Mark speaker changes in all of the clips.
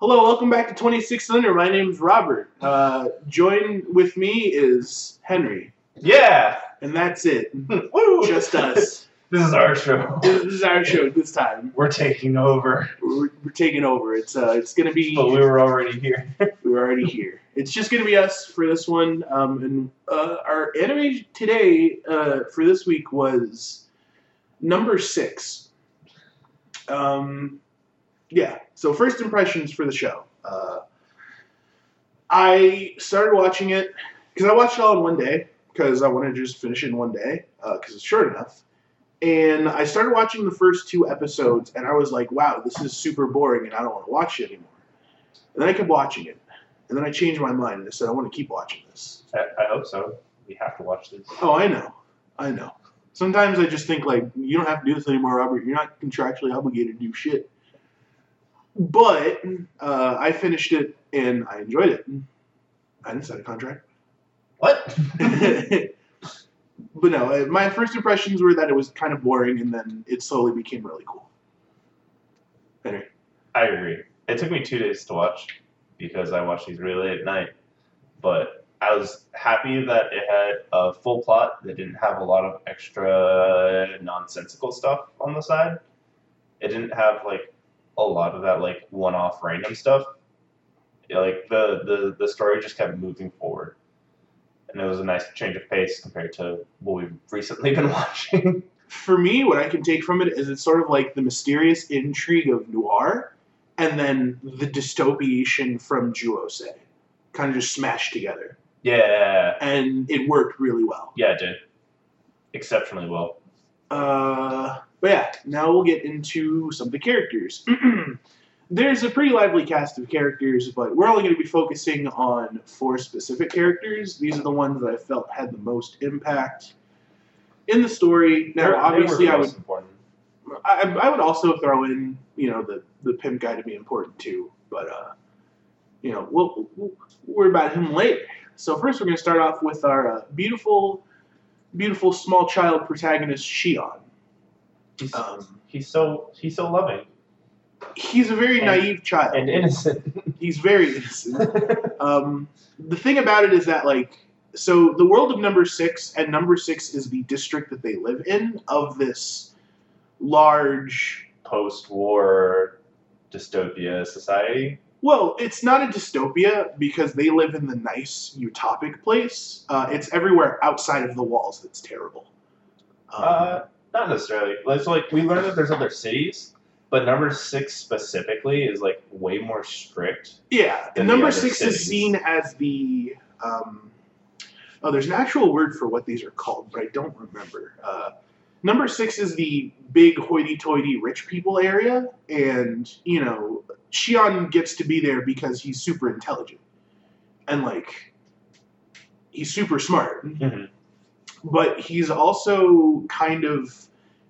Speaker 1: Hello, welcome back to 26 Cylinder. My name's Robert. Uh, join with me is Henry.
Speaker 2: Yeah.
Speaker 1: And that's it.
Speaker 2: Woo.
Speaker 1: Just us.
Speaker 2: This is our show.
Speaker 1: This is our show this time.
Speaker 2: We're taking over,
Speaker 1: We're, we're taking over. It's uh, it's gonna be
Speaker 2: but we were already here.
Speaker 1: we're already here. It's just gonna be us for this one. Um, and uh, our anime today uh, for this week was number six. Um, yeah. So first impressions for the show. Uh, I started watching it because I watched it all in one day because I wanted to just finish it in one day because it's short enough. And I started watching the first two episodes, and I was like, "Wow, this is super boring, and I don't want to watch it anymore." And then I kept watching it. And then I changed my mind and I said, I want to keep watching this.
Speaker 2: I, I hope so. We have to watch this.
Speaker 1: Oh, I know. I know. Sometimes I just think, like, you don't have to do this anymore, Robert. You're not contractually obligated to do shit. But uh, I finished it and I enjoyed it. I didn't sign a contract.
Speaker 2: What?
Speaker 1: but no, uh, my first impressions were that it was kind of boring and then it slowly became really cool. Anyway,
Speaker 2: I agree. It took me two days to watch because I watched these really late at night, but I was happy that it had a full plot that didn't have a lot of extra nonsensical stuff on the side. It didn't have like a lot of that like one-off random stuff. Yeah, Like the the the story just kept moving forward, and it was a nice change of pace compared to what we've recently been watching.
Speaker 1: for me, what I can take from it is it's sort of like the mysterious intrigue of noir, and then the dystopiation from Juose, kind of just smashed together,
Speaker 2: yeah,
Speaker 1: and it worked really well.
Speaker 2: yeah, it did exceptionally well.
Speaker 1: Uh, but yeah, now we'll get into some of the characters. There's a pretty lively cast of characters, but we're only going to be focusing on four specific characters. These are the ones that I felt had the most impact in the story. Now,
Speaker 2: They were-
Speaker 1: obviously,
Speaker 2: they were the
Speaker 1: I would
Speaker 2: most important.
Speaker 1: I, I would also throw in, you know, the, the pimp guy to be important too, but uh, you know, we'll, we'll worry about him later. So first, we're going to start off with our uh, beautiful, beautiful small child protagonist, Shion.
Speaker 2: He's-
Speaker 1: Um,
Speaker 2: he's so he's so loving
Speaker 1: he's a very
Speaker 2: And-
Speaker 1: naive child.
Speaker 2: and innocent.
Speaker 1: he's very innocent. um, the thing about it is that like so the world of number six and number six is the district that they live in of this large
Speaker 2: Post-war dystopia society.
Speaker 1: Well, it's not a dystopia because they live in the nice utopic place. Uh, it's everywhere outside of the walls that's terrible. Um,
Speaker 2: Uh, not necessarily. It's like we learned that there's other cities, but number six specifically is like way more strict.
Speaker 1: yeah,
Speaker 2: in the
Speaker 1: number
Speaker 2: other
Speaker 1: six is
Speaker 2: cities.
Speaker 1: seen as the. Um, oh, there's an actual word for what these are called, but I don't remember. Uh, number six is the big hoity-toity rich people area, and you know, Shion gets to be there because he's super intelligent, and like, he's super smart.
Speaker 2: Mm-hmm.
Speaker 1: but he's also kind of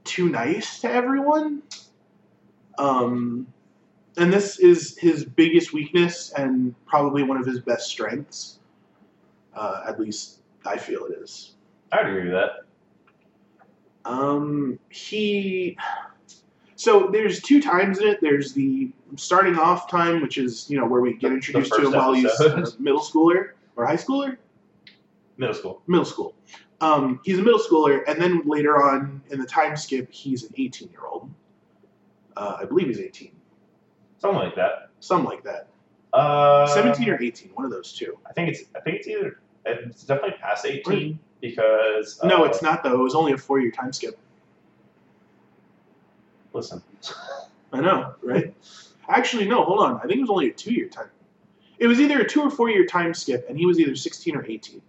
Speaker 1: too nice to everyone. Um, and this is his biggest weakness and probably one of his best strengths. Uh, at least I feel it is.
Speaker 2: I would agree with that.
Speaker 1: Um, he. So there's two times in it. There's the starting off time, which is you know where we get
Speaker 2: The- the
Speaker 1: introduced to
Speaker 2: first
Speaker 1: him while he's a
Speaker 2: episode.
Speaker 1: middle schooler or high schooler.
Speaker 2: Middle school.
Speaker 1: middle school. Um, he's a middle schooler, and then later on in the time skip, he's an 18 year old. Uh, I believe he's 18,
Speaker 2: Something like that.
Speaker 1: something like that.
Speaker 2: Uh,
Speaker 1: 17 or 18, one of those two.
Speaker 2: I think it's I think it's either it's definitely past eighteen because uh,
Speaker 1: no, it's not though. It was only a four year time skip.
Speaker 2: Listen,
Speaker 1: I know, right? Actually, no. Hold on. I think it was only a two year time. It was either a two or four year time skip, and he was either 16 or 18.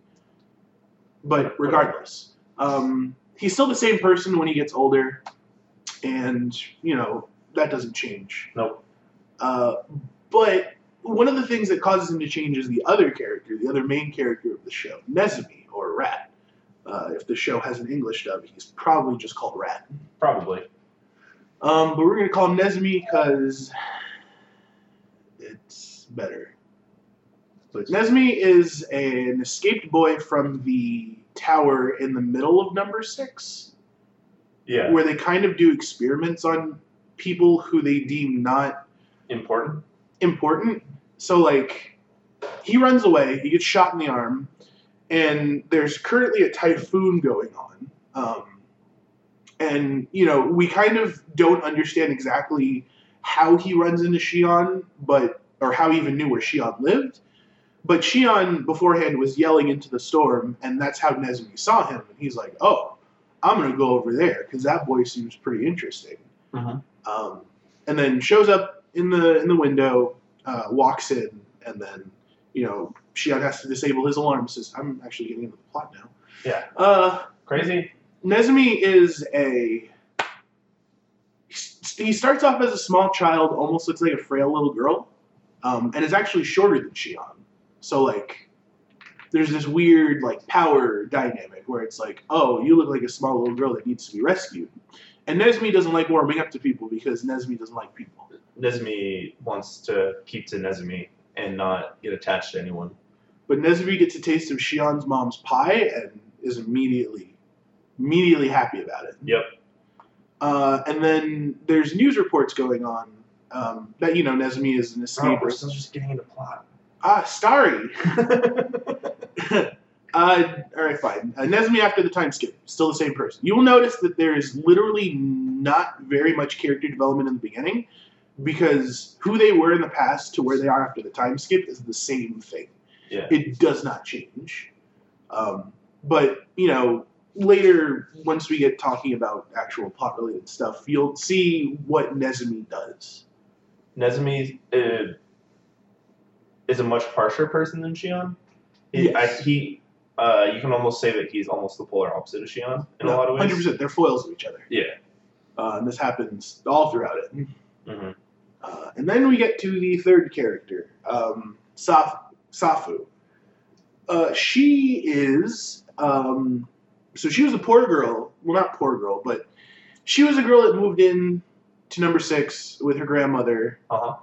Speaker 1: But regardless, um, he's still the same person when he gets older, and you know that doesn't change.
Speaker 2: Nope.
Speaker 1: Uh, but one of the things that causes him to change is the other character, the other main character of the show, Nezumi or Rat. Uh, if the show has an English dub, he's probably just called Rat.
Speaker 2: probably.
Speaker 1: Um, but we're gonna call him Nezumi because it's better. But Nezumi is an escaped boy from the tower in the middle of number six,
Speaker 2: Yeah.
Speaker 1: where they kind of do experiments on people who they deem not
Speaker 2: Important.
Speaker 1: important. So like he runs away, he gets shot in the arm, and there's currently a typhoon going on. Um, and you know we kind of don't understand exactly how he runs into Shion, but or how he even knew where Shion lived. But Shion beforehand was yelling into the storm, and that's how Nezumi saw him. And he's like, "Oh, I'm gonna go over there because that boy seems pretty interesting."
Speaker 2: Mhm.
Speaker 1: Um, and then shows up in the in the window, uh, walks in, and then you know Shion has to disable his alarm. Says, "I'm actually getting into the plot now."
Speaker 2: Yeah.
Speaker 1: Uh,
Speaker 2: Crazy.
Speaker 1: Nezumi is a. He starts off as a small child, almost looks like a frail little girl, um, and is actually shorter than Shion. So like, there's this weird like power dynamic where it's like, oh, you look like a small little girl that needs to be rescued, and Nezumi doesn't like warming up to people because Nezumi doesn't like people.
Speaker 2: Nezumi wants to keep to Nezumi and not get attached to anyone.
Speaker 1: But Nezumi gets a taste of Shion's mom's pie and is immediately, immediately happy about it.
Speaker 2: Yep.
Speaker 1: Uh, and then there's news reports going on um, that you know Nezumi is an escape. or-
Speaker 2: still just getting into plot.
Speaker 1: Ah, Starry. Uh, all right, fine. Uh, Nezumi after the time skip, still the same person. You will notice that there is literally not very much character development in the beginning because who they were in the past to where they are after the time skip is the same thing.
Speaker 2: Yeah.
Speaker 1: It does not change. Um, but, you know, later, once we get talking about actual plot related stuff, you'll see what Nezumi does.
Speaker 2: Nezumi uh, is a much harsher person than Shion. He,
Speaker 1: Yes.
Speaker 2: I, he uh, you can almost say that he's almost the polar opposite of Shion in a lot of ways.
Speaker 1: 100%. They're foils of each other.
Speaker 2: Yeah.
Speaker 1: Uh, and this happens all throughout it.
Speaker 2: hmm
Speaker 1: Uh, and then we get to the third character, um, Saf- Safu. Uh, she is. Um, so she was a poor girl. Well, not poor girl, but she was a girl that moved in to number six with her grandmother.
Speaker 2: Uh-huh.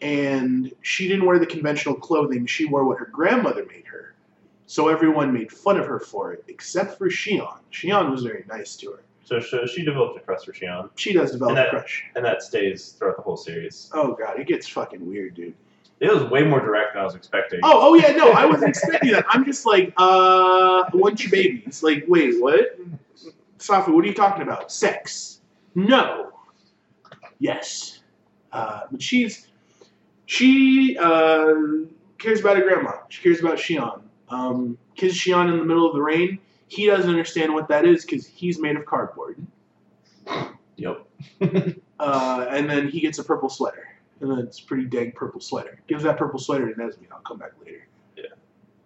Speaker 1: And she didn't wear the conventional clothing. She wore what her grandmother made her. So everyone made fun of her for it, except for Shion. Shion was very nice to her.
Speaker 2: So, so she developed a crust for Shion,
Speaker 1: She does develop
Speaker 2: And that-
Speaker 1: a crush.
Speaker 2: and that stays throughout the whole series.
Speaker 1: Oh god, it gets fucking weird, dude.
Speaker 2: It was way more direct than I was expecting.
Speaker 1: Oh, oh yeah, no, I wasn't expecting that. I'm just like, uh, want your babies? Like, wait, what? Safi, what are you talking about? Sex? No. Yes. Uh, but she's she uh, cares about her grandma. She cares about Shion. Um, kiss Shion in the middle of the rain. He doesn't understand what that is because he's made of cardboard.
Speaker 2: Yep.
Speaker 1: Uh, and then he gets a purple sweater. And then it's a pretty dang purple sweater. Gives that purple sweater to Nesmi. I'll come back later.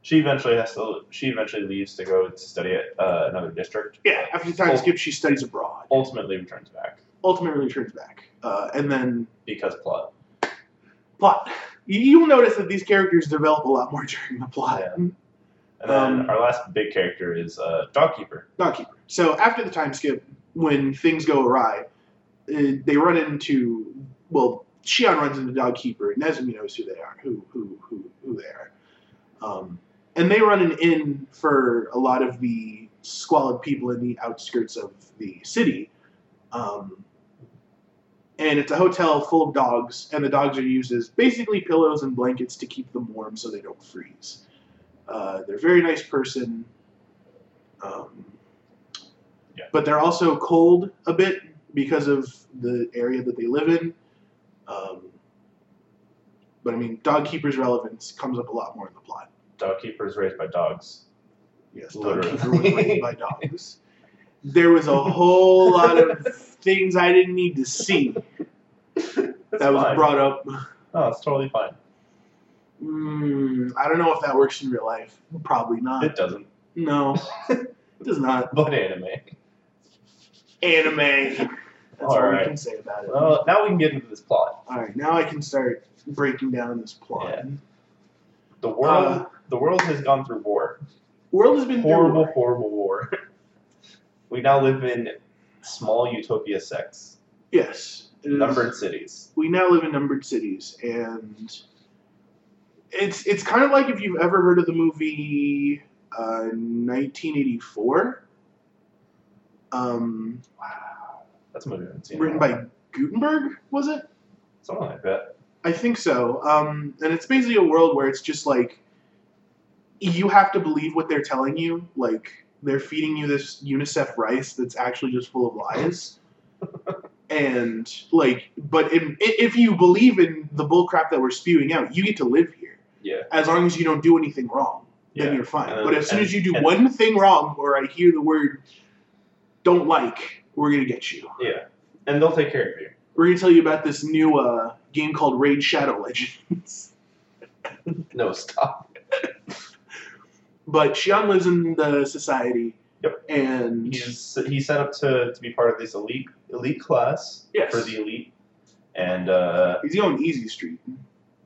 Speaker 2: She eventually has to. She eventually leaves to go to study at uh, another district.
Speaker 1: Yeah, after the time
Speaker 2: Oh.
Speaker 1: skip, she studies abroad.
Speaker 2: Ultimately returns back
Speaker 1: Ultimately returns back. Uh, and then
Speaker 2: because plot.
Speaker 1: plot. You- You'll notice that these characters develop a lot more during the plot.
Speaker 2: Yeah. And then
Speaker 1: Um,
Speaker 2: our last big character is uh, Dogkeeper.
Speaker 1: Dog Keeper. So after the time skip, when things go awry, uh, they run into well, Shion runs into Dog Keeper, and Nezumi knows who they are, who who who who they are, um, and they run an inn for a lot of the squalid people in the outskirts of the city. Um, and it's a hotel full of dogs, and the dogs are used as basically pillows and blankets to keep them warm so they don't freeze. Uh, they're a very nice person. Um,
Speaker 2: Yeah.
Speaker 1: But they're also cold a bit because of the area that they live in. Um, but I mean, dog keeper's relevance comes up a lot more in the plot.
Speaker 2: Dogkeeper is raised by dogs.
Speaker 1: Yes,
Speaker 2: Literally.
Speaker 1: dog keeper was raised by dogs. There was a whole lot of things I didn't need to see
Speaker 2: It's
Speaker 1: that was
Speaker 2: fine.
Speaker 1: brought up.
Speaker 2: No, it's totally fine.
Speaker 1: Mm, I don't know if that works in real life. Probably not.
Speaker 2: It doesn't.
Speaker 1: No, it does not.
Speaker 2: But anime.
Speaker 1: Anime. That's all,
Speaker 2: All
Speaker 1: I
Speaker 2: right.
Speaker 1: can say about it.
Speaker 2: Well, now we can get into this plot.
Speaker 1: All right, now I can start breaking down this plot.
Speaker 2: Yeah. The world.
Speaker 1: Uh,
Speaker 2: the world has gone through war.
Speaker 1: World has been
Speaker 2: horrible,
Speaker 1: Through,
Speaker 2: horrible war. we now live in small utopia sects,
Speaker 1: yes, it is-
Speaker 2: numbered cities.
Speaker 1: We now live in numbered cities, and it's it's kind of like if you've ever heard of the movie uh, 1984, um,
Speaker 2: Wow, that's a movie I haven't seen. in a
Speaker 1: written
Speaker 2: while.
Speaker 1: by Gutenberg, was it?
Speaker 2: someone like that.
Speaker 1: I think so. Um, and it's basically a world where it's just like you have to believe what they're telling you. Like they're feeding you this UNICEF rice that's actually just full of lies. and like, but if, if you believe in the bullcrap that we're spewing out, you get to live here
Speaker 2: Yeah.
Speaker 1: as long as you don't do anything wrong.
Speaker 2: Yeah.
Speaker 1: Then you're fine.
Speaker 2: And then-
Speaker 1: but as soon
Speaker 2: and-
Speaker 1: as you do
Speaker 2: and-
Speaker 1: one thing wrong, or I hear the word "don't like," we're gonna get you.
Speaker 2: Yeah. And they'll take care of you.
Speaker 1: We're gonna tell you about this new uh, game called Raid Shadow Legends.
Speaker 2: No, stop.
Speaker 1: But Xion lives in the society.
Speaker 2: Yep.
Speaker 1: And
Speaker 2: He's he's set up to, to be part of this elite elite class
Speaker 1: Yes.
Speaker 2: for the elite, and uh,
Speaker 1: he's going easy street.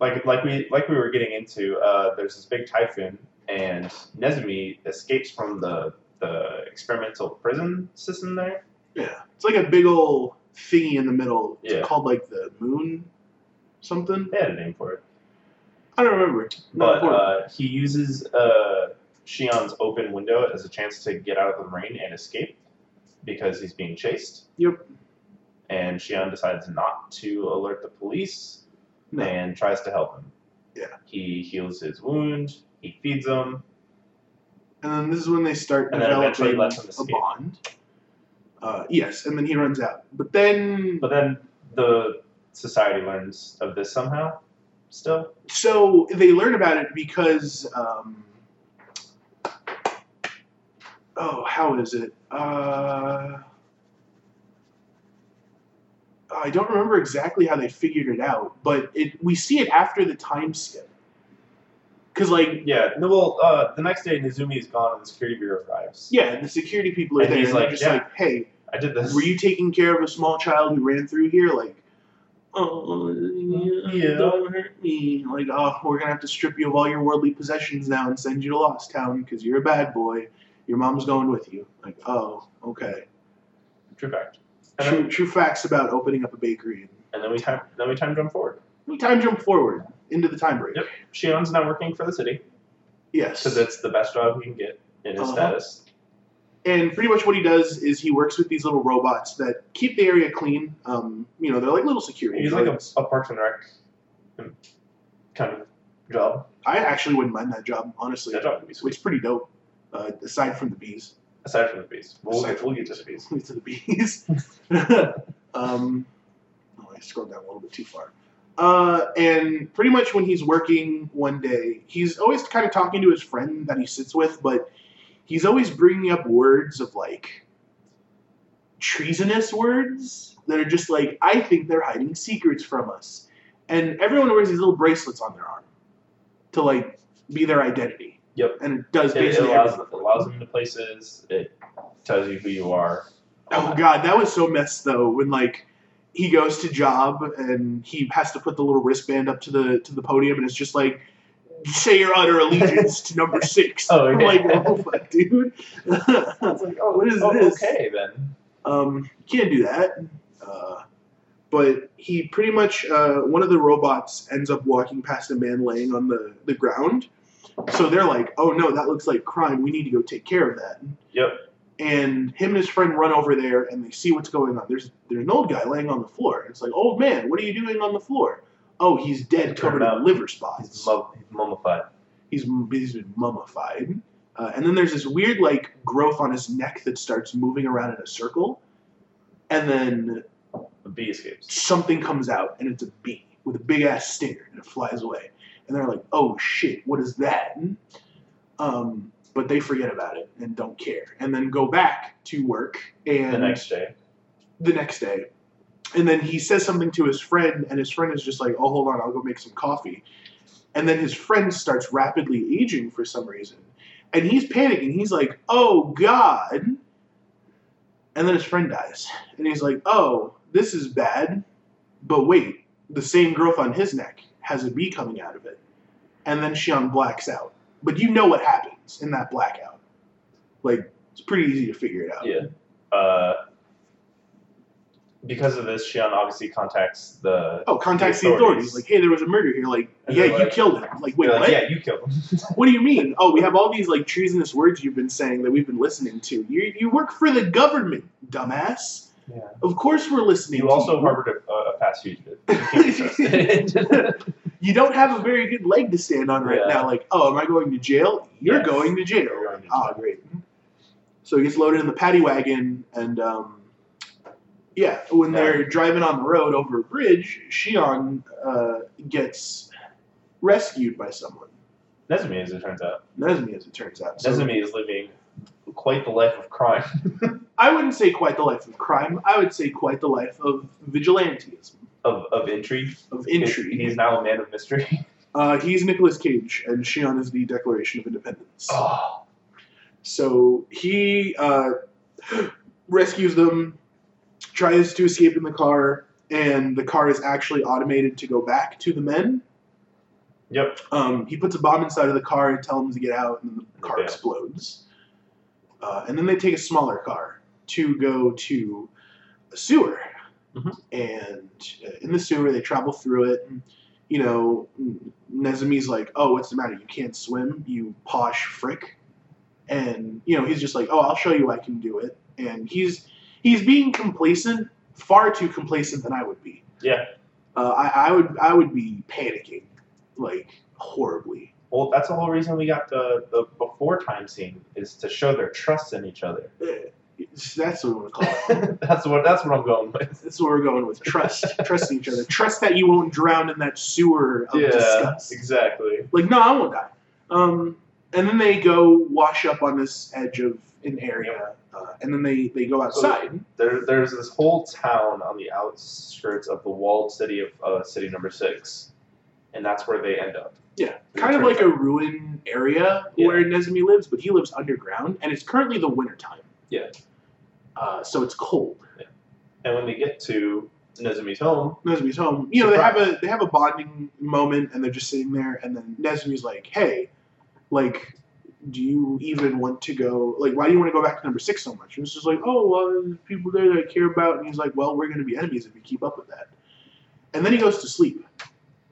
Speaker 2: like like we like we were getting into, uh, there's this big typhoon, and Nezumi escapes from the the experimental prison system there.
Speaker 1: Yeah. It's like a big old thingy in the middle. It's
Speaker 2: Yeah.
Speaker 1: called like the moon something.
Speaker 2: They had a name for it,
Speaker 1: I don't remember. Not
Speaker 2: but
Speaker 1: important.
Speaker 2: uh, he uses uh, Shion's open window as a chance to get out of the rain and escape because he's being chased.
Speaker 1: Yep.
Speaker 2: And Shion decides not to alert the police
Speaker 1: No.
Speaker 2: and tries to help him.
Speaker 1: Yeah.
Speaker 2: He heals his wound. He feeds him.
Speaker 1: And then this is when they start
Speaker 2: And then eventually
Speaker 1: developing
Speaker 2: lets him
Speaker 1: a
Speaker 2: escape.
Speaker 1: bond. Uh, yes, and then he runs out. But then
Speaker 2: But then the society learns of this somehow. Still,
Speaker 1: so they learn about it because um, oh how is it uh, i don't remember exactly how they figured it out but it we see it after the time skip because like
Speaker 2: yeah. No, well, uh, the next day Nizumi is gone, and the security bureau arrives.
Speaker 1: yeah the security people are
Speaker 2: And
Speaker 1: there
Speaker 2: he's
Speaker 1: and they're
Speaker 2: like,
Speaker 1: just
Speaker 2: "Yeah."
Speaker 1: like hey
Speaker 2: I did this.
Speaker 1: were you taking care of a small child who ran through here like Oh,
Speaker 2: Yeah.
Speaker 1: don't hurt me. Like, oh, we're gonna have to strip you of all your worldly possessions now and send you to Lost Town because you're a bad boy. Your mom's going with you. Like, oh, okay.
Speaker 2: True fact. And
Speaker 1: True,
Speaker 2: then,
Speaker 1: true facts about opening up a bakery.
Speaker 2: and then we time then we time jump forward.
Speaker 1: We time jump forward into the time break.
Speaker 2: Yep. Shion's now working for the city
Speaker 1: Yes.
Speaker 2: because it's the best job he can get in his
Speaker 1: Uh-huh.
Speaker 2: status.
Speaker 1: And pretty much what he does is he works with these little robots that keep the area clean. Um, you know, they're like little security.
Speaker 2: He's like a,
Speaker 1: guards.
Speaker 2: a Parks and Rec um, kind of job.
Speaker 1: I actually wouldn't mind that job, honestly.
Speaker 2: That job would be
Speaker 1: So
Speaker 2: sweet.
Speaker 1: it's pretty dope. Uh, aside from the bees.
Speaker 2: Aside from the beast, we'll,
Speaker 1: Aside
Speaker 2: get, we'll get to the beast.
Speaker 1: to the bees. um, oh, I scrolled down a little bit too far. Uh, and pretty much when he's working one day, he's always kind of talking to his friend that he sits with, but he's always bringing up words of like treasonous words that are just like, I think they're hiding secrets from us. And everyone wears these little bracelets on their arm to like be their identity.
Speaker 2: Yep.
Speaker 1: And it does
Speaker 2: It, it
Speaker 1: basically
Speaker 2: allows
Speaker 1: everything.
Speaker 2: it allows them to places. It tells you who you are.
Speaker 1: Oh
Speaker 2: Uh,
Speaker 1: god, that was so messed though. When like he goes to job and he has to put the little wristband up to the to the podium, and it's just like say your utter allegiance to number six.
Speaker 2: Oh,
Speaker 1: I'm
Speaker 2: yeah.
Speaker 1: like, oh fuck, dude.
Speaker 2: It's like, oh,
Speaker 1: What is
Speaker 2: oh,
Speaker 1: this?
Speaker 2: Okay, then.
Speaker 1: um, you can't do that. Uh, but he pretty much uh, one of the robots ends up walking past a man laying on the the ground. So they're like, oh no, that looks like crime. We need to go take care of that.
Speaker 2: Yep.
Speaker 1: and him and his friend run over there and they see what's going on. There's there's an old guy laying on the floor. It's like, old man, what are you doing on the floor? Oh, he's dead, covered
Speaker 2: Turned out
Speaker 1: in liver
Speaker 2: He's
Speaker 1: spots.
Speaker 2: mum- he's mummified.
Speaker 1: He's he's been mummified. Uh, and then there's this weird like growth on his neck that starts moving around in a circle, and then
Speaker 2: The bee escapes.
Speaker 1: something comes out and it's a bee with a big ass stinger and it flies away. And they're like, oh shit, what is that? Um, but they forget about it and don't care, and then go back to work and
Speaker 2: the next day.
Speaker 1: the next day. And then he says something to his friend, and his friend is just like, oh, hold on, I'll go make some coffee. And then his friend starts rapidly aging for some reason. And he's panicking. He's like, oh, God. And then his friend dies. And he's like, oh, this is bad. But wait, the same growth on his neck has a bee coming out of it. And then Shion blacks out. But you know what happens in that blackout. Like, it's pretty easy to figure it out.
Speaker 2: Yeah. Uh, because of this, Shion obviously contacts the.
Speaker 1: Oh, contacts the
Speaker 2: The
Speaker 1: authorities.
Speaker 2: authorities.
Speaker 1: Like, hey, there was a murder here. Like,
Speaker 2: And
Speaker 1: yeah,
Speaker 2: they're
Speaker 1: you
Speaker 2: like-
Speaker 1: killed him. Like, wait,
Speaker 2: They're like,
Speaker 1: what?
Speaker 2: yeah, you killed him.
Speaker 1: What do you mean? Oh, we have all these like treasonous words you've been saying that we've been listening to. You you work for the government, dumbass.
Speaker 2: Yeah.
Speaker 1: Of course, we're listening.
Speaker 2: You
Speaker 1: to
Speaker 2: also
Speaker 1: you.
Speaker 2: harbored a, a past fugitive. You can't be trusted.
Speaker 1: you don't have a very good leg to stand on right
Speaker 2: Yeah.
Speaker 1: now. Like, oh, am I going to jail? You're
Speaker 2: Yes.
Speaker 1: going to jail.
Speaker 2: You're going to
Speaker 1: Ah, great. So he gets loaded in the paddy wagon, and um, yeah, when
Speaker 2: Yeah.
Speaker 1: they're driving on the road over a bridge, Shion uh, gets rescued by someone.
Speaker 2: Nezumi, as it turns out.
Speaker 1: Nezumi, as it turns out. So
Speaker 2: Nezumi is living quite the life of crime.
Speaker 1: I wouldn't say quite the life of crime. I would say quite the life of vigilantism,
Speaker 2: Of, of intrigue.
Speaker 1: of intrigue.
Speaker 2: He's now a man of mystery.
Speaker 1: Uh, he's Nicolas Cage, and Shion is the Declaration of Independence.
Speaker 2: Oh.
Speaker 1: So he uh, rescues them, tries to escape in the car, and the car is actually automated to go back to the men.
Speaker 2: Yep.
Speaker 1: Um, he puts a bomb inside of the car and tells them to get out, and the car
Speaker 2: Yeah.
Speaker 1: explodes. Uh, and then they take a smaller car to go to a sewer.
Speaker 2: Mhm.
Speaker 1: And uh, in the sewer, they travel through it. And, you know, Nezumi's like, oh, what's the matter? You can't swim, you posh frick. And, you know, he's just like, oh, I'll show you I can do it. And he's he's being complacent, far too complacent than I would be.
Speaker 2: Yeah.
Speaker 1: Uh, I, I would I would be panicking, like horribly.
Speaker 2: Well, that's the whole reason we got the, the before time scene is to show their trust in each other.
Speaker 1: Eh, it's- That's what we're calling. it.
Speaker 2: that's what that's what I'm going with.
Speaker 1: That's what we're going with. Trust, trust each other. Trust that you won't drown in that sewer of Oh, disgust.
Speaker 2: exactly.
Speaker 1: Like, no, I won't die. Um, and then they go wash up on this edge of an area, uh, and then they they go outside.
Speaker 2: There, there's this whole town on the outskirts of the walled city of uh, city number six, and that's where they end up.
Speaker 1: Yeah,
Speaker 2: It
Speaker 1: kind of
Speaker 2: turns
Speaker 1: like a ruin area
Speaker 2: Yeah.
Speaker 1: where Nezumi lives, but he lives underground, and it's currently the winter time.
Speaker 2: Yeah.
Speaker 1: Uh, so it's cold.
Speaker 2: And when they get to Nezumi's home,
Speaker 1: Nezumi's home. You know, they have a they have a bonding moment, and they're just sitting there, and then Nezumi's like, "Hey, like, do you even want to go? Like, why do you want to go back to number six so much?" And it's just like, "Oh, well, there's people there that I care about," and he's like, "Well, we're going to be enemies if we keep up with that." And then he goes to sleep,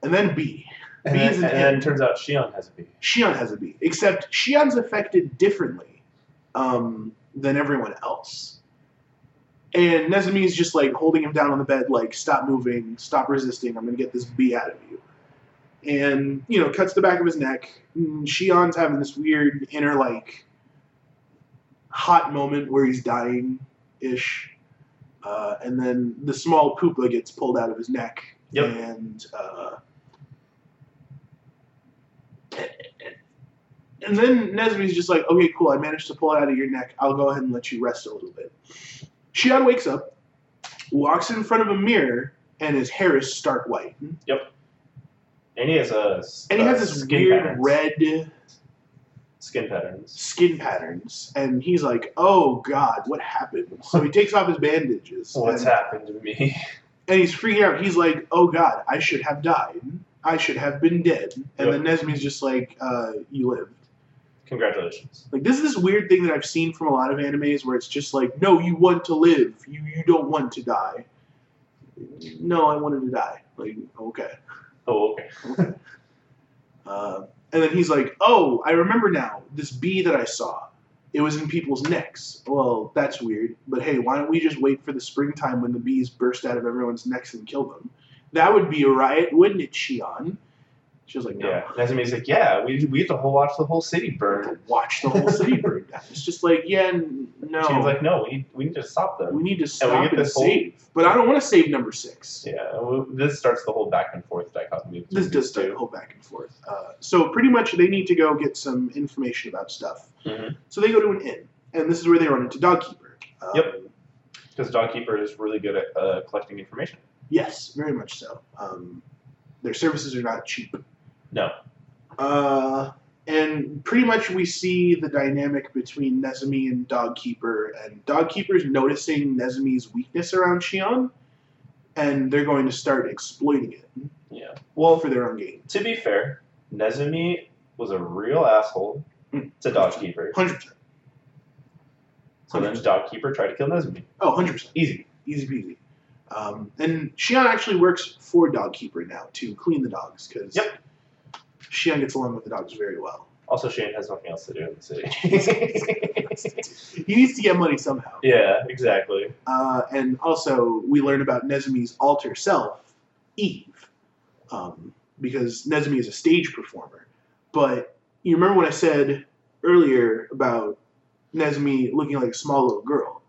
Speaker 1: and then B.
Speaker 2: and,
Speaker 1: Bees
Speaker 2: then,
Speaker 1: and
Speaker 2: and then it turns out Shion has a bee.
Speaker 1: Shion has a B, except Shion's affected differently um, than everyone else. And Nezumi is just like holding him down on the bed, like, stop moving, stop resisting, I'm gonna get this B out of you. And, you know, cuts the back of his neck. And Shion's having this weird inner, like, hot moment where he's dying ish. Uh, and then the small poopa gets pulled out of his neck.
Speaker 2: Yep.
Speaker 1: And, uh, And then Nezumi's just like, okay, cool, I managed to pull it out of your neck. I'll go ahead and let you rest a little bit. Shion wakes up, walks in front of a mirror, and his hair is stark white. And
Speaker 2: And he has a s-
Speaker 1: he
Speaker 2: uh,
Speaker 1: has this
Speaker 2: skin
Speaker 1: weird
Speaker 2: patterns.
Speaker 1: red
Speaker 2: skin patterns.
Speaker 1: skin patterns. And he's like, oh god, what happened? So he takes off his bandages.
Speaker 2: What's
Speaker 1: and,
Speaker 2: happened to me?
Speaker 1: and he's freaking out. He's like, oh god, I should have died. I should have been dead. And
Speaker 2: Yep.
Speaker 1: then Nezumi's just like, uh, you lived.
Speaker 2: Congratulations.
Speaker 1: Like this is this weird thing that I've seen from a lot of animes where it's just like, no, you want to live. You you don't want to die. No, I wanted to die. Like, okay.
Speaker 2: Oh, okay.
Speaker 1: okay. uh, and then he's like, oh, I remember now. This bee that I saw. It was in people's necks. Well, that's weird. But hey, why don't we just wait for the springtime when the bees burst out of everyone's necks and kill them? That would be a riot, wouldn't it, Shion? She was like, no.
Speaker 2: Yeah. Nezumi's like, yeah, we we have to whole watch the whole city burn.
Speaker 1: to watch the whole city burn down. It's just like, yeah, n- no.
Speaker 2: She's like, no, we need, we need to stop them.
Speaker 1: we need to stop
Speaker 2: get
Speaker 1: and,
Speaker 2: this whole-
Speaker 1: save. But I don't want to save number six.
Speaker 2: Yeah, well, this starts the whole back and forth dichotomy. between
Speaker 1: This does
Speaker 2: these two.
Speaker 1: start a whole back and forth. Uh, so pretty much they need to go get some information about stuff.
Speaker 2: Mhm.
Speaker 1: So they go to an inn, and this is where they run into Dogkeeper. Um,
Speaker 2: Yep. Because Dogkeeper is really good at uh, collecting information.
Speaker 1: Yes, very much so. Um, their services are not cheap.
Speaker 2: No.
Speaker 1: Uh, and pretty much we see the dynamic between Nezumi and Dogkeeper, and Dogkeeper's noticing Nezumi's weakness around Shion, and they're going to start exploiting it
Speaker 2: Yeah.
Speaker 1: all
Speaker 2: Well,
Speaker 1: for their own gain.
Speaker 2: to be fair, Nezumi was a real asshole
Speaker 1: Mm.
Speaker 2: to Dogkeeper.
Speaker 1: 100%.
Speaker 2: So then Dogkeeper tried to kill Nezumi.
Speaker 1: Oh, 100%.
Speaker 2: Easy.
Speaker 1: Easy peasy. Um, and Shion actually works for Dogkeeper now to clean the dogs, because
Speaker 2: Yep.
Speaker 1: Shion gets along with the dogs very well.
Speaker 2: Also, Shane has nothing else to do in the city.
Speaker 1: He needs to get money somehow.
Speaker 2: yeah, exactly.
Speaker 1: Uh, and also, we learn about Nezumi's alter self, Eve, um, because Nezumi is a stage performer. But you remember what I said earlier about Nezumi looking like a small little girl?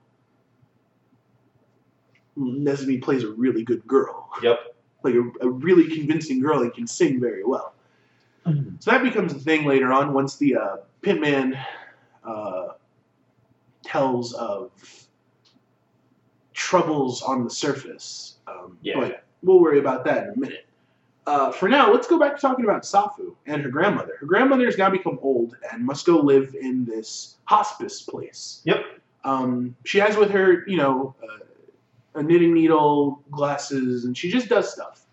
Speaker 1: Nezumi plays a really good girl,
Speaker 2: Yep.
Speaker 1: like a, a really convincing girl and can sing very well. So that becomes a thing later on once the uh, Pitman uh, tells of troubles on the surface. Um,
Speaker 2: Yeah.
Speaker 1: But we'll worry about that in a minute. Uh, for now, let's go back to talking about Safu and her grandmother. Her grandmother has now become old and must go live in this hospice place.
Speaker 2: Yep.
Speaker 1: Um, she has with her, you know, uh, a knitting needle, glasses, and she just does stuff.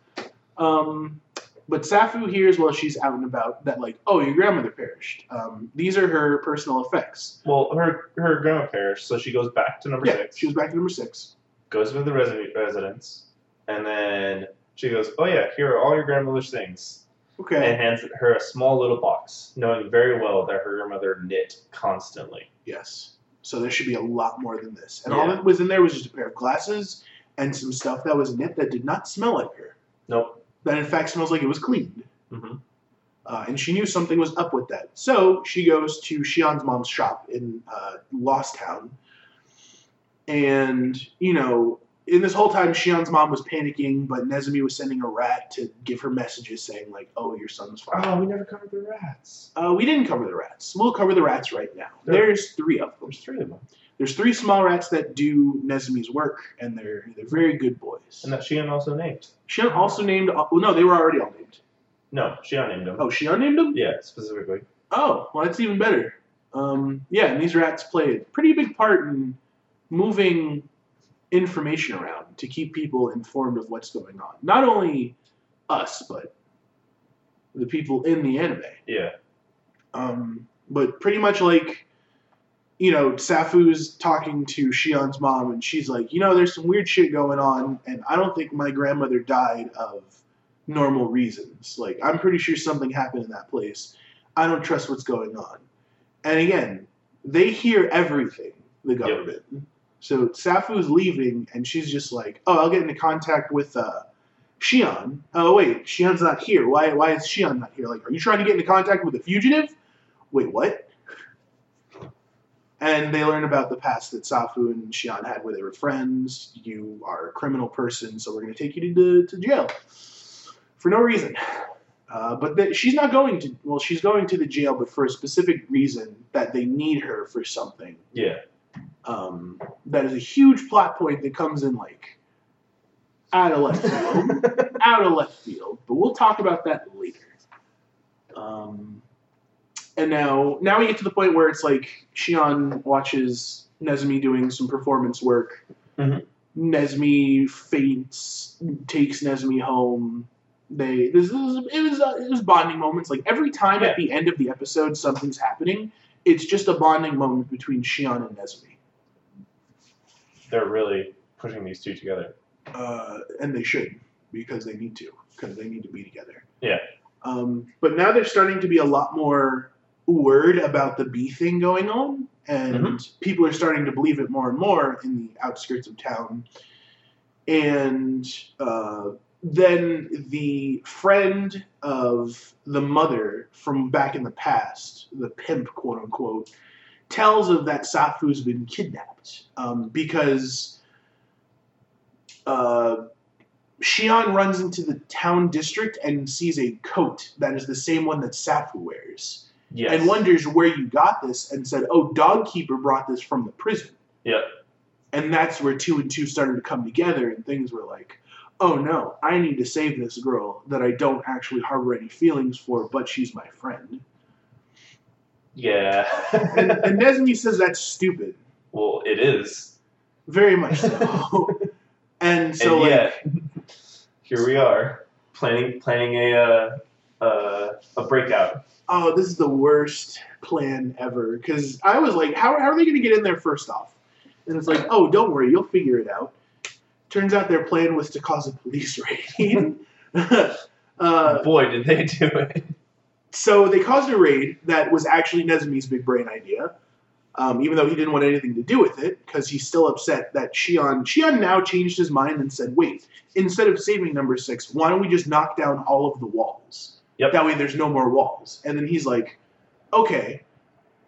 Speaker 1: Um, but Safu hears while she's out and about that, like, oh, your grandmother perished. Um, these are her personal effects.
Speaker 2: Well, her her grandma perished, so she goes back to number
Speaker 1: yeah,
Speaker 2: six.
Speaker 1: she was back to number six.
Speaker 2: goes to the resi- residence, and then she goes, "Oh yeah, here are all your grandmother's things,"
Speaker 1: Okay.
Speaker 2: and hands her a small little box, knowing very well that her grandmother knit constantly.
Speaker 1: Yes. So there should be a lot more than this. And all
Speaker 2: Yeah.
Speaker 1: that was in there was just a pair of glasses and some stuff that was in it that did not smell like her.
Speaker 2: Nope.
Speaker 1: That in fact smells like it was cleaned.
Speaker 2: hmm
Speaker 1: Uh, and she knew something was up with that. So she goes to Shion's mom's shop in uh, Lost Town. And, you know, in this whole time, Shion's mom was panicking, but Nezumi was sending a rat to give her messages saying, like, oh, your son's fine.
Speaker 2: Oh, we never covered the rats.
Speaker 1: Uh, we didn't cover the rats. We'll cover the rats right now.
Speaker 2: Oh. Sure.
Speaker 1: There's three of them.
Speaker 2: There's three of them,
Speaker 1: There's three small rats that do Nezumi's work, and they're they're very good boys.
Speaker 2: and that Shion also named.
Speaker 1: Shion also named. uh, Well, no, they were already all named.
Speaker 2: No, Shion named them.
Speaker 1: Oh, Shion named them.
Speaker 2: Yeah, specifically.
Speaker 1: Oh, well, that's even better. Um, yeah, and these rats play a pretty big part in moving information around to keep people informed of what's going on. Not only us, but the people in the anime.
Speaker 2: Yeah.
Speaker 1: Um, but pretty much like, you know, Safu's talking to Shion's mom, and she's like, you know, there's some weird shit going on, and I don't think my grandmother died of normal reasons. Like, I'm pretty sure something happened in that place. I don't trust what's going on. And again, they hear everything, the government. So Safu's leaving, and she's just like, oh, I'll get into contact with uh, Shion. Oh, wait, Shion's not here. Why, why is Shion not here? Like, are you trying to get into contact with a fugitive? Wait, what? And they learn about the past that Safu and Shion had where they were friends. You are a criminal person, so we're going to take you to, to jail. For no reason. Uh, but that she's not going to, well, she's going to the jail, but for a specific reason that they need her for something
Speaker 2: Yeah.
Speaker 1: um, that is a huge plot point that comes in like out of left field, out of left field. But we'll talk about that later. Um, and now, now we get to the point where it's like Shion watches Nezumi doing some performance work.
Speaker 2: Mhm.
Speaker 1: Nezumi faints, takes Nezumi home. They this is it was uh, it was bonding moments. Like every time at the end of the episode, something's happening. It's just a bonding moment between Shion and Nezumi.
Speaker 2: They're really pushing these two together.
Speaker 1: uh, and they should because they need to because they need to be together.
Speaker 2: Yeah.
Speaker 1: Um, but now there's starting to be a lot more word about the bee thing going on, and people are starting to believe it more and more in the outskirts of town. And uh, then the friend of the mother from back in the past, the pimp, quote unquote, tells of that Safu's been kidnapped um, because uh, Shion runs into the town district and sees a coat that is the same one that Safu wears
Speaker 2: Yes.
Speaker 1: and wonders where you got this and said, Oh, Dogkeeper brought this from the prison.
Speaker 2: Yep.
Speaker 1: And that's where two and two started to come together and things were like, Oh no, I need to save this girl that I don't actually harbor any feelings for, but she's my friend.
Speaker 2: Yeah.
Speaker 1: And, and Nesme says that's stupid.
Speaker 2: well, it is.
Speaker 1: Very much so. and so
Speaker 2: and
Speaker 1: like,
Speaker 2: yet, here we are planning planning a uh, uh, a breakout.
Speaker 1: oh, this is the worst plan ever. Because I was like, how, how are they going to get in there first off? And it's like, oh, don't worry, you'll figure it out. Turns out their plan was to cause a police raid. uh,
Speaker 2: Boy, did they do it!
Speaker 1: so they caused a raid that was actually Nezumi's big brain idea, um, even though he didn't want anything to do with it because he's still upset that Shion. Shion now changed his mind and said, "Wait, instead of saving number six, why don't we just knock down all of the walls?
Speaker 2: Yep.
Speaker 1: That way, there's no more walls." And then he's like, "Okay,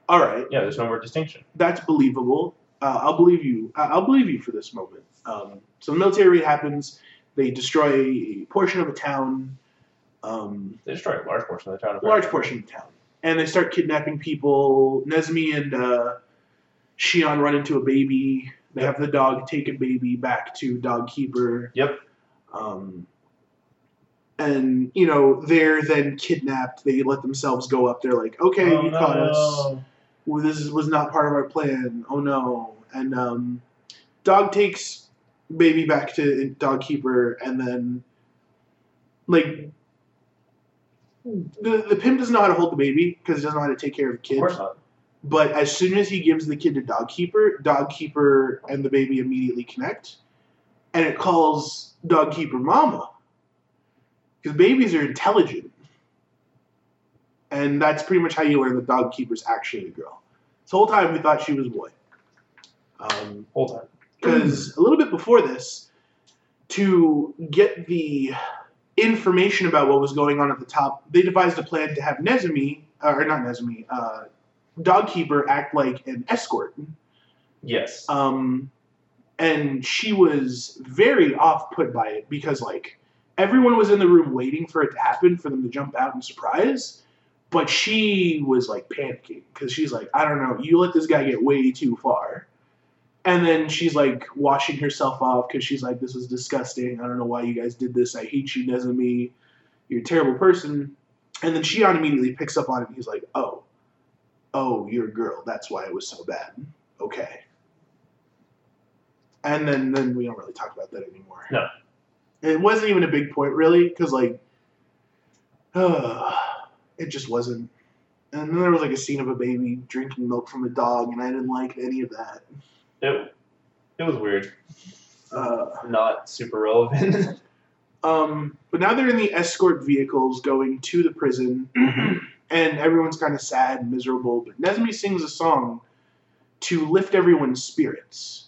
Speaker 1: all right,
Speaker 2: Yeah, there's no more distinction.
Speaker 1: that's believable. Uh, I'll believe you. I- I'll believe you for this moment. Um, so the military raid happens. They destroy a portion of a town, um,
Speaker 2: They destroyed a large portion of the town.
Speaker 1: a large portion of town, and they start kidnapping people. Nezumi and uh, Shion run into a baby. They have the dog take a baby back to dog keeper.
Speaker 2: Yep.
Speaker 1: Um, and you know they're then kidnapped. They let themselves go up. They're like, okay,
Speaker 2: Oh,
Speaker 1: you caught us
Speaker 2: no.
Speaker 1: well, this was not part of our plan. Oh no! And um, dog takes baby back to dog keeper, and then like the the pimp doesn't know how to hold the baby because he doesn't know how to take care of a
Speaker 2: Of
Speaker 1: kid.
Speaker 2: course not.
Speaker 1: But as soon as he gives the kid to dog keeper, dog keeper and the baby immediately connect, and it calls dog keeper mama because babies are intelligent, and that's pretty much how you learn that dog keeper's actually a girl. This whole time we thought she was a boy. Um,
Speaker 2: Whole time.
Speaker 1: because a little bit before this, to get the information about what was going on at the top, they devised a plan to have Nezumi, or not Nezumi, uh, Dogkeeper act like an escort.
Speaker 2: Yes.
Speaker 1: Um, and she was very off put by it because, like, everyone was in the room waiting for it to happen for them to jump out in surprise. But she was like panicking because she's like, I don't know, you let this guy get way too far. And then she's like washing herself off because she's like, this is disgusting. I don't know why you guys did this. I hate you, Nezumi. You're a terrible person. And then Shion immediately picks up on it and he's like, oh, oh, you're a girl. That's why it was so bad. Okay. And then, then we don't really talk about that anymore.
Speaker 2: No.
Speaker 1: It wasn't even a big point, really, because, like, it just wasn't. And then there was, like, a scene of a baby drinking milk from a dog, and I didn't like any of that.
Speaker 2: it, it was weird.
Speaker 1: Uh,
Speaker 2: Not super relevant.
Speaker 1: Um, but now they're in the escort vehicles going to the prison, and everyone's kind of sad and miserable. But Nesme sings a song to lift everyone's spirits.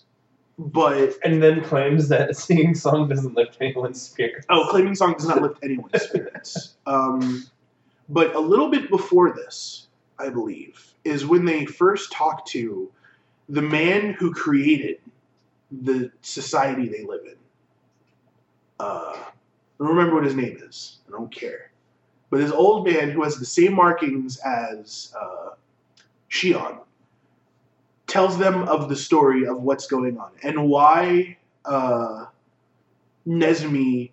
Speaker 1: But
Speaker 2: and then claims that singing song doesn't lift anyone's spirits.
Speaker 1: oh, claiming song does not lift anyone's spirits. Um, but a little bit before this, I believe, is when they first talk to the man who created the society they live in. Uh, I don't remember what his name is. I don't care. But this old man who has the same markings as uh, Shion tells them of the story of what's going on and why uh, Nezumi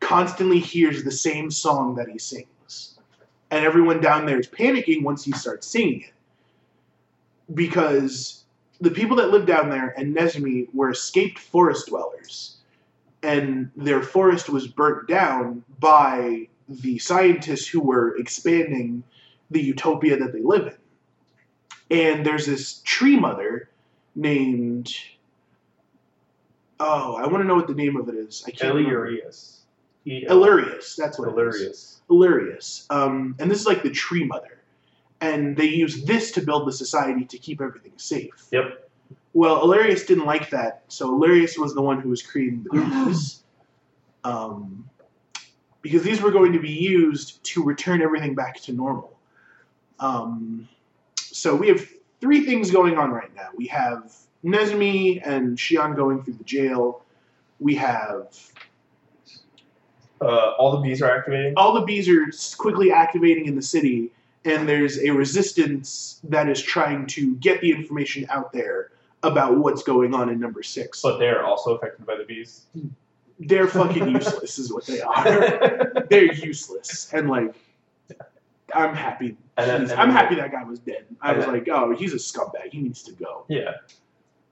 Speaker 1: constantly hears the same song that he sings. And everyone down there is panicking once he starts singing it. Because the people that live down there and Nezumi were escaped forest dwellers. And their forest was burnt down by the scientists who were expanding the utopia that they live in. And there's this tree mother named. Oh, I want to know what the name of it is. I can't remember.
Speaker 2: Illyrius. E
Speaker 1: Illyrius. That's what it is.
Speaker 2: Illyrius.
Speaker 1: Illyrius. Um, and this is like the tree mother. And they use this to build the society to keep everything safe.
Speaker 2: Yep.
Speaker 1: Well, Illyrius didn't like that, so Illyrius was the one who was creating the trees. um, because these were going to be used to return everything back to normal. Um, so we have three things going on right now. We have Nezumi and Shion going through the jail. We have
Speaker 2: Uh, all the bees are activating.
Speaker 1: all the bees are quickly activating in the city, and there's a resistance that is trying to get the information out there about what's going on in number six.
Speaker 2: But they're also affected by the bees.
Speaker 1: They're fucking useless, is what they are. They're useless, and like, I'm happy.
Speaker 2: And then-
Speaker 1: he's-
Speaker 2: and
Speaker 1: I'm
Speaker 2: then-
Speaker 1: happy that guy was dead. I
Speaker 2: and
Speaker 1: was
Speaker 2: then-
Speaker 1: like, oh, he's a scumbag. He needs to go.
Speaker 2: yeah.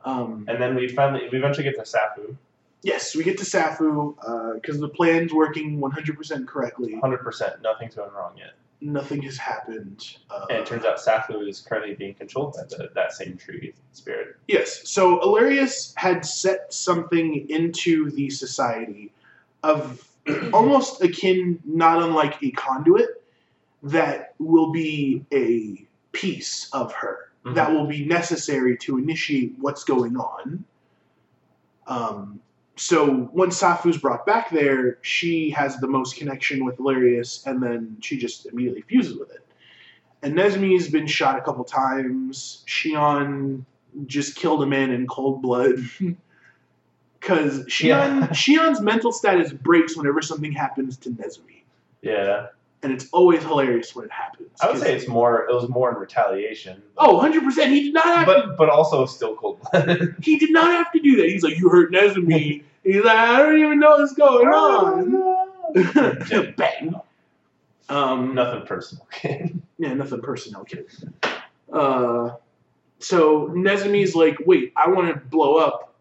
Speaker 1: Um,
Speaker 2: And then we finally, we eventually get to Safu,
Speaker 1: yes, we get to Safu because the plan's working 100% correctly.
Speaker 2: 100%. Nothing's going wrong yet.
Speaker 1: Nothing has happened. Uh,
Speaker 2: And it turns out Safu is currently being controlled by the, that same tree spirit.
Speaker 1: Yes. So Illyrius had set something into the society of almost akin, not unlike a conduit, that will be a piece of her
Speaker 2: Mhm.
Speaker 1: that will be necessary to initiate what's going on. Um, so once Safu's brought back there, she has the most connection with Larius, and then she just immediately fuses with it. And Nesme's been shot a couple times. Shion just killed a man in cold blood. Because Shion,
Speaker 2: Yeah.
Speaker 1: Shion's mental status breaks whenever something happens to Nesme.
Speaker 2: Yeah,
Speaker 1: And it's always hilarious when it happens.
Speaker 2: I would
Speaker 1: 'cause-
Speaker 2: say it's more. It was more in retaliation.
Speaker 1: Oh, 100%. He did not have to
Speaker 2: but but also still cold blooded.
Speaker 1: He did not have to do that. He's like, you hurt Nezumi. He's like, I don't even know what's going on. Bang. Um,
Speaker 2: Nothing personal, kid.
Speaker 1: yeah, nothing personnel kid. Uh, so Nezumi's like, wait, I want to blow up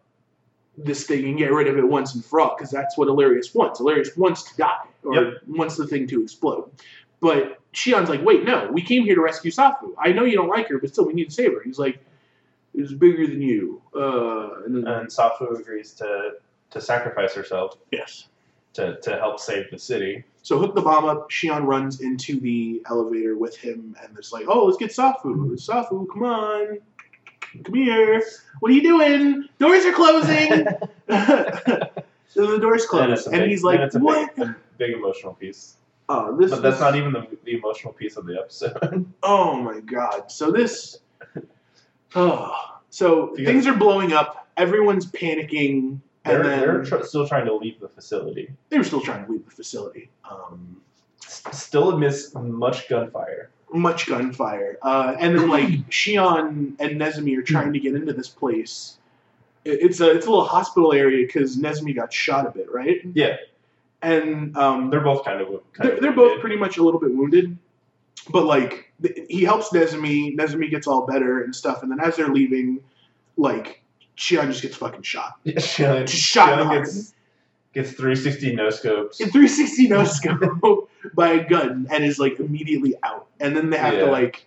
Speaker 1: this thing and get rid of it once and for all because that's what Hilarious wants. Hilarious wants to die or
Speaker 2: Yep.
Speaker 1: wants the thing to explode. But Shion's like, wait, no, we came here to rescue Safu. I know you don't like her, but still, we need to save her. He's like, it's bigger than you. Uh, and then,
Speaker 2: And Safu agrees to to sacrifice herself
Speaker 1: yes.
Speaker 2: to, to help save the city.
Speaker 1: So hook the bomb up. Shion runs into the elevator with him, and it's like, "Oh, let's get Safu. Safu, come on, come here. What are you doing? Doors are closing." so the doors
Speaker 2: And
Speaker 1: close,
Speaker 2: it's a
Speaker 1: and,
Speaker 2: big-
Speaker 1: he's like,
Speaker 2: and it's a
Speaker 1: "What?
Speaker 2: Big, a big emotional piece.
Speaker 1: Oh, this
Speaker 2: But that's
Speaker 1: was-
Speaker 2: not even the, the emotional piece of the episode.
Speaker 1: Oh my god! So this. Oh, so
Speaker 2: Yeah.
Speaker 1: things are blowing up. Everyone's panicking,
Speaker 2: They're,
Speaker 1: and then
Speaker 2: they're tr- still trying to leave the facility.
Speaker 1: they were still trying to leave the facility. Um,
Speaker 2: S- still amidst much gunfire.
Speaker 1: much gunfire. Uh, and then like Shion and Nezumi are
Speaker 2: Hmm.
Speaker 1: trying to get into this place. It- It's a it's a little hospital area because Nezumi got shot a bit, right?
Speaker 2: Yeah.
Speaker 1: And um,
Speaker 2: They're both kind of. Kind
Speaker 1: they're,
Speaker 2: of
Speaker 1: they're
Speaker 2: wounded.
Speaker 1: both pretty much a little bit wounded, but like th- he helps Nezumi. Nezumi gets all better and stuff. And then as they're leaving, like Shion just gets fucking shot.
Speaker 2: Yeah, Shion,
Speaker 1: Just shot in the
Speaker 2: Shion
Speaker 1: heart.
Speaker 2: gets, gets 360 no scopes.
Speaker 1: In 360 no scope by a gun and is like immediately out. And then they have to
Speaker 2: Yeah.
Speaker 1: like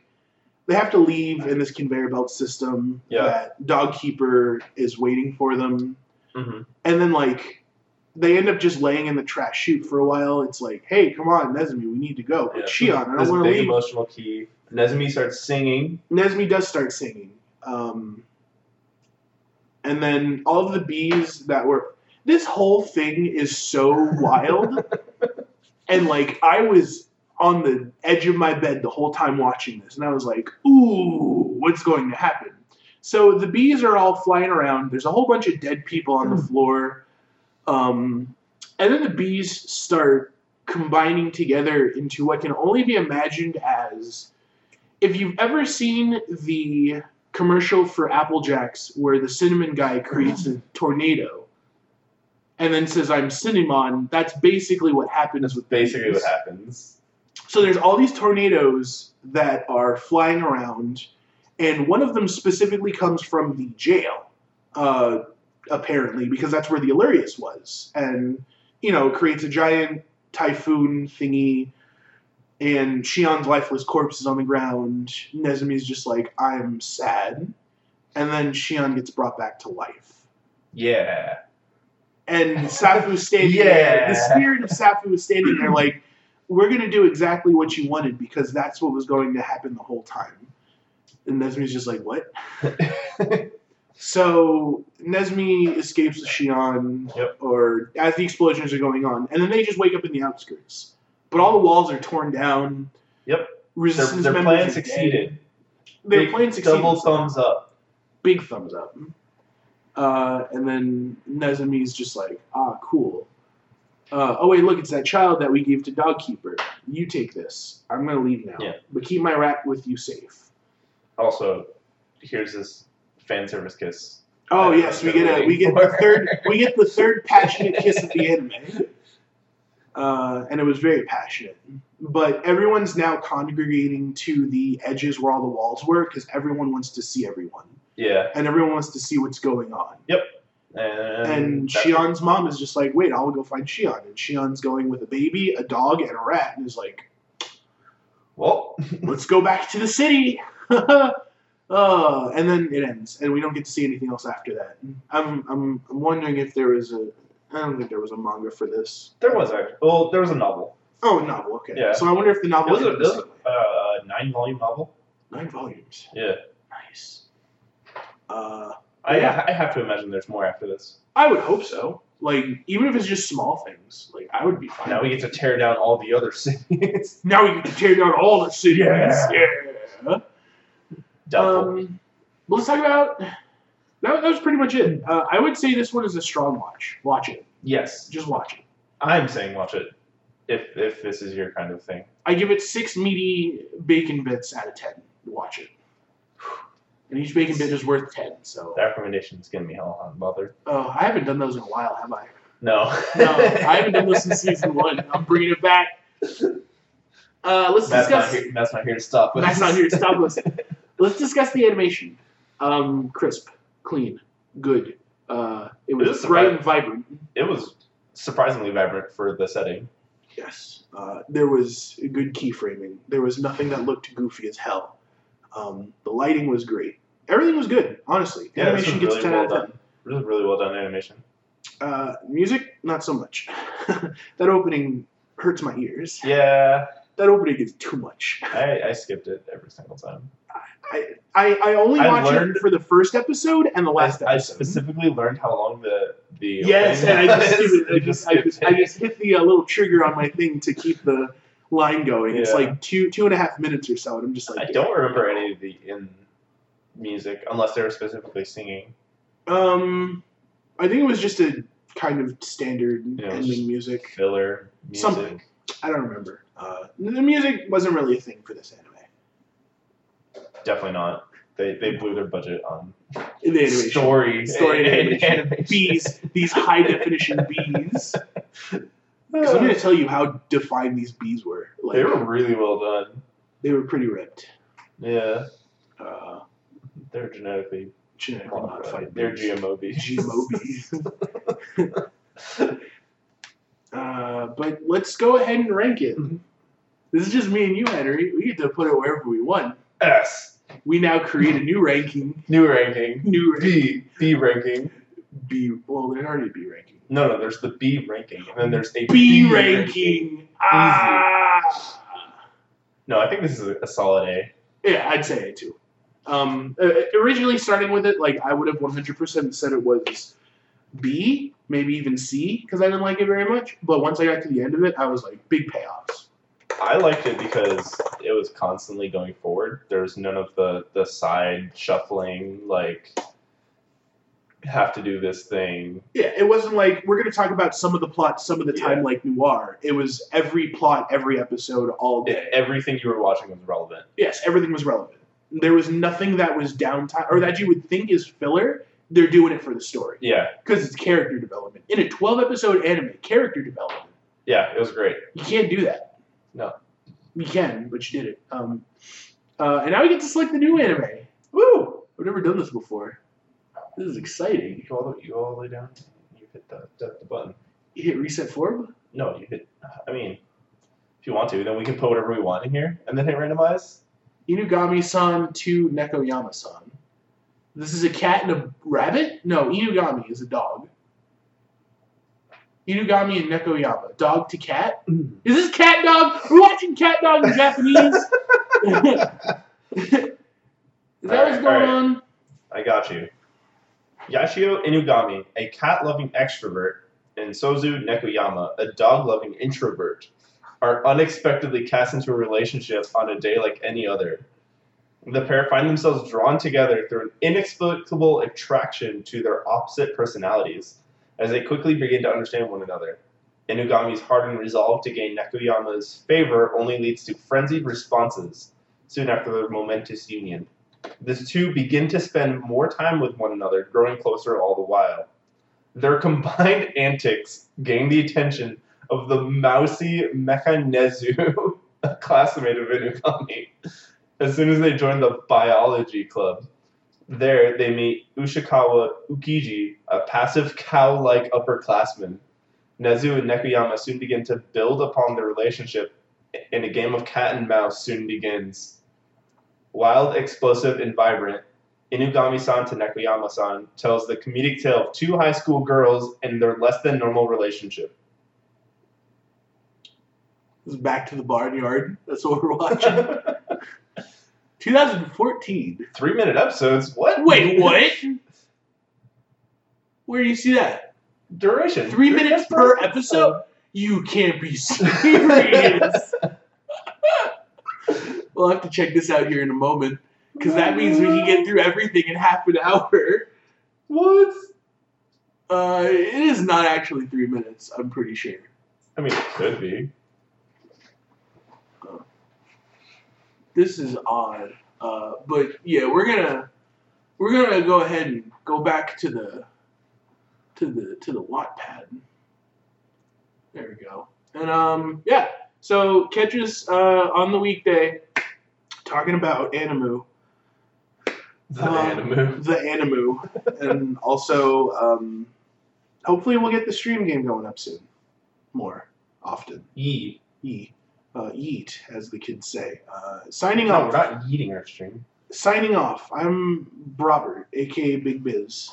Speaker 1: they have to leave in this conveyor belt system
Speaker 2: Yeah.
Speaker 1: that Dog Keeper is waiting for them.
Speaker 2: Mhm.
Speaker 1: And then like they end up just laying in the trash chute for a while. It's like, hey, come on, Nezumi, we need to go. But Shion, I
Speaker 2: This
Speaker 1: don't want to
Speaker 2: big
Speaker 1: leave.
Speaker 2: emotional key. Nezumi starts singing.
Speaker 1: Nesmi does start singing. Um, and then all of the bees that were. This whole thing is so wild. and, like, I was on the edge of my bed the whole time watching this. And I was like, ooh, what's going to happen? So the bees are all flying around. There's a whole bunch of dead people on the floor. Um, and then the bees start combining together into what can only be imagined as if you've ever seen the commercial for Apple Jacks where the cinnamon guy creates a tornado and then says, I'm cinnamon, that's basically what happens
Speaker 2: That's
Speaker 1: with
Speaker 2: basically
Speaker 1: bees.
Speaker 2: what happens.
Speaker 1: So there's all these tornadoes that are flying around, and one of them specifically comes from the jail, uh, apparently, because that's where the Illyrius was, and you know creates a giant typhoon thingy, and Shion's lifeless corpse is on the ground. Nezumi's just like, I'm sad, and then Shion gets brought back to life.
Speaker 2: Yeah.
Speaker 1: And Safu is standing there. The
Speaker 2: Yeah.
Speaker 1: spirit of Safu is standing there, like, we're going to do exactly what you wanted because that's what was going to happen the whole time. And Nesmi's just like, what? so Nesmi escapes with Shion,
Speaker 2: Yep.
Speaker 1: or as the explosions are going on. And then they just wake up in the outskirts. But all the walls are torn down.
Speaker 2: Yep. Their,
Speaker 1: Resistance
Speaker 2: their
Speaker 1: members are
Speaker 2: plan
Speaker 1: dead.
Speaker 2: succeeded.
Speaker 1: Their
Speaker 2: Big
Speaker 1: plan succeeded.
Speaker 2: Double thumbs up.
Speaker 1: big thumbs up. Uh, and then Nezumi's just like, ah, cool. Uh, oh wait, look, it's that child that we gave to Dog Keeper. You take this. I'm gonna leave now.
Speaker 2: Yeah.
Speaker 1: But keep my rat with you safe.
Speaker 2: Also, here's this fan service kiss.
Speaker 1: Oh yes,
Speaker 2: That's
Speaker 1: we
Speaker 2: what
Speaker 1: get
Speaker 2: they're
Speaker 1: a we get
Speaker 2: waiting
Speaker 1: the
Speaker 2: for.
Speaker 1: third we get the third passionate kiss of the anime. Uh, and it was very passionate. But everyone's now congregating to the edges where all the walls were because everyone wants to see everyone.
Speaker 2: Yeah.
Speaker 1: And everyone wants to see what's going on.
Speaker 2: And,
Speaker 1: And
Speaker 2: that-
Speaker 1: Shion's mom is just like, wait, I'll go find Shion. And Shion's going with a baby, a dog, and a rat, and is like,
Speaker 2: Well,
Speaker 1: let's go back to the city. uh, and then it ends, and we don't get to see anything else after that. I'm, I'm, I'm wondering if there was a. I don't think there was a manga for this.
Speaker 2: there was actually. Well, there was a novel.
Speaker 1: Oh, a novel. Okay.
Speaker 2: Yeah.
Speaker 1: So I wonder if the novel.
Speaker 2: It was a-
Speaker 1: ended the
Speaker 2: it was- uh,
Speaker 1: same way.
Speaker 2: nine volume novel.
Speaker 1: Nine volumes.
Speaker 2: Yeah.
Speaker 1: Nice. Uh,
Speaker 2: I,
Speaker 1: Yeah.
Speaker 2: I have to imagine there's more after this.
Speaker 1: I would hope so. Like, even if it's just small things, like I would be fine.
Speaker 2: Now we get to tear down all the other cities.
Speaker 1: now we can tear down all the cities.
Speaker 2: Yeah.
Speaker 1: Yeah.
Speaker 2: Doubtful.
Speaker 1: Um, let's talk about. That, that was pretty much it. Uh, I would say this one is a strong watch. Watch it.
Speaker 2: yes,
Speaker 1: Just watch it.
Speaker 2: I'm saying watch it. If if this is your kind of thing,
Speaker 1: I give it six meaty bacon bits out of ten. Watch it. And each bacon bit is worth ten. So
Speaker 2: that recommendation is gonna be hell on bothered.
Speaker 1: oh, I haven't done those in a while, have I?
Speaker 2: No,
Speaker 1: No, I haven't done this since season one. I'm bringing it back. Uh, let's
Speaker 2: Matt's not,
Speaker 1: discuss.
Speaker 2: here, Matt's not here to stop us.
Speaker 1: That's not here. Stop listening. Let's discuss the animation. Um, crisp, clean, good. Uh, it
Speaker 2: It is
Speaker 1: was bright and vibrant.
Speaker 2: It was surprisingly vibrant for the setting.
Speaker 1: Yes. Uh, there was good keyframing. There was nothing that looked goofy as hell. Um, the lighting was great. Everything was good, honestly.
Speaker 2: Yeah, this
Speaker 1: Animation
Speaker 2: was
Speaker 1: gets
Speaker 2: really
Speaker 1: 10
Speaker 2: well
Speaker 1: out of
Speaker 2: done. Really, really well done animation.
Speaker 1: 10. Uh, music, not so much. that opening hurts my ears.
Speaker 2: Yeah,
Speaker 1: That opening is too much.
Speaker 2: I, I skipped it every single time.
Speaker 1: I, I only
Speaker 2: I
Speaker 1: watched
Speaker 2: learned-
Speaker 1: it for the first episode and the last
Speaker 2: I, I
Speaker 1: episode.
Speaker 2: specifically learned how long the the
Speaker 1: Yes,
Speaker 2: opening
Speaker 1: and I just,
Speaker 2: was.
Speaker 1: skipped it. I just, I
Speaker 2: skipped
Speaker 1: just, I
Speaker 2: it.
Speaker 1: just hit the uh, little trigger on my thing to keep the line going. It's
Speaker 2: Yeah.
Speaker 1: like two, two and a half minutes or so, and I'm just like,
Speaker 2: I don't remember any of the in music unless they were specifically singing.
Speaker 1: Um, I think it was just a kind of standard
Speaker 2: Yeah, it was
Speaker 1: ending
Speaker 2: just-
Speaker 1: music.
Speaker 2: Filler music.
Speaker 1: Something. I don't remember. Uh, the music wasn't really a thing for this anime.
Speaker 2: Definitely not. They they blew their budget on
Speaker 1: In the animation,
Speaker 2: story,
Speaker 1: Story
Speaker 2: and,
Speaker 1: and animation.
Speaker 2: animation.
Speaker 1: bees, these high definition bees. Because I'm going to tell you how defined these bees were. Like
Speaker 2: They were really well done.
Speaker 1: they were pretty ripped.
Speaker 2: Yeah,
Speaker 1: Uh,
Speaker 2: they're genetically
Speaker 1: genetically
Speaker 2: modified.
Speaker 1: modified.
Speaker 2: They're
Speaker 1: bees.
Speaker 2: GMO bees.
Speaker 1: GMO bees. Uh, but let's go ahead and rank it.
Speaker 2: Mhm.
Speaker 1: This is just me and you, Henry. We get to put it wherever we want.
Speaker 2: S.
Speaker 1: We now create a new ranking.
Speaker 2: New ranking.
Speaker 1: New ranking.
Speaker 2: B. B ranking.
Speaker 1: B. Well, there'd already be ranking.
Speaker 2: No, no. There's the B ranking, and then there's a
Speaker 1: B ranking. Ah.
Speaker 2: No, I think this is a solid A.
Speaker 1: Yeah, I'd say it too. Um, uh, originally starting with it, like I would have 100% said it was B, maybe even C, because I didn't like it very much. But once I got to the end of it, I was like, big payoffs.
Speaker 2: I liked it because it was constantly going forward. There was none of the the side shuffling like have to do this thing.
Speaker 1: Yeah, it wasn't like we're going to talk about some of the plots some of the time
Speaker 2: Yeah.
Speaker 1: like noir. It was every plot, every episode, all day.
Speaker 2: Everything you were watching was relevant.
Speaker 1: Yes, everything was relevant. There was nothing that was downtime or that you would think is filler. They're doing it for the story
Speaker 2: Yeah,
Speaker 1: because it's character development in a twelve episode anime. Character development.
Speaker 2: yeah, it was great.
Speaker 1: You can't do that.
Speaker 2: No.
Speaker 1: You can, but you did it. Um, uh, and now we get to select the new anime.
Speaker 2: Woo!
Speaker 1: I've never done this before. This is
Speaker 2: You
Speaker 1: exciting.
Speaker 2: go all the, you go all the way down. You hit the, the the button.
Speaker 1: You hit reset form.
Speaker 2: No, you hit. I mean, if you want to, then we can put whatever we want in here and then hit randomize.
Speaker 1: Inugami-san to Nekoyama-san. This is a cat and a rabbit? No, Inugami is a dog. Inugami and Nekoyama. Dog to cat? Is this cat dog? We're watching cat dog in Japanese. is that what's
Speaker 2: Alright,
Speaker 1: going
Speaker 2: alright.
Speaker 1: on?
Speaker 2: I got you. Yashio Inugami, a cat loving extrovert, and Sozu Nekoyama, a dog loving introvert, are unexpectedly cast into a relationship on a day like any other. The pair find themselves drawn together through an inexplicable attraction to their opposite personalities as they quickly begin to understand one another. Inugami's hardened resolve to gain Nekoyama's favor only leads to frenzied responses soon after their momentous union. The two begin to spend more time with one another, growing closer all the while. Their combined antics gain the attention of the mousy Mechanezu, a classmate of Inugami, as soon as they join the biology club. There, they meet Ushikawa Ukiji, a passive cow like upperclassman. Nezu and Nekuyama soon begin to build upon their relationship, and a game of cat and mouse soon begins wild, explosive, and vibrant, Inugami-san to Nekoyama-san tells the comedic tale of two high school girls and their less than normal relationship.
Speaker 1: It's back to the barnyard. That's what we're watching.
Speaker 2: I
Speaker 1: 2014.
Speaker 2: Three minute episodes. What?
Speaker 1: Wait, what? Where do you see that?
Speaker 2: Duration.
Speaker 1: Three minutes per episode? You can't be serious. we'll have to check this out here in a moment because that means we can get through everything in half an hour.
Speaker 2: What?
Speaker 1: Uh, it is not actually three minutes. I'm pretty sure.
Speaker 2: I mean, it could be.
Speaker 1: This is odd. Uh, but yeah, we're gonna we're gonna go ahead and go back to the to the to the Wattpad. There we go. And um, yeah. So catch us uh, on the weekday talking about Animu.
Speaker 2: The
Speaker 1: Um,
Speaker 2: anime.
Speaker 1: the Animu, and also um, hopefully we'll get the stream game going up soon, more often.
Speaker 2: Yee.
Speaker 1: Ye, uh, yeet, as the kids say. Uh, signing
Speaker 2: No, we're
Speaker 1: off.
Speaker 2: not yeeting our stream.
Speaker 1: signing off. I'm Robert, aka Big Biz,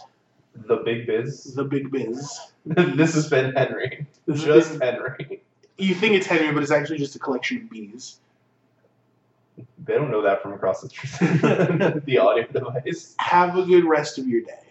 Speaker 2: The Big Biz.
Speaker 1: the Big Biz.
Speaker 2: this has been Henry.
Speaker 1: This is
Speaker 2: Just
Speaker 1: Big-
Speaker 2: Henry.
Speaker 1: you think it's Henry, but it's actually just a collection of bees.
Speaker 2: They don't know that from across the the audio device.
Speaker 1: Have a good rest of your day.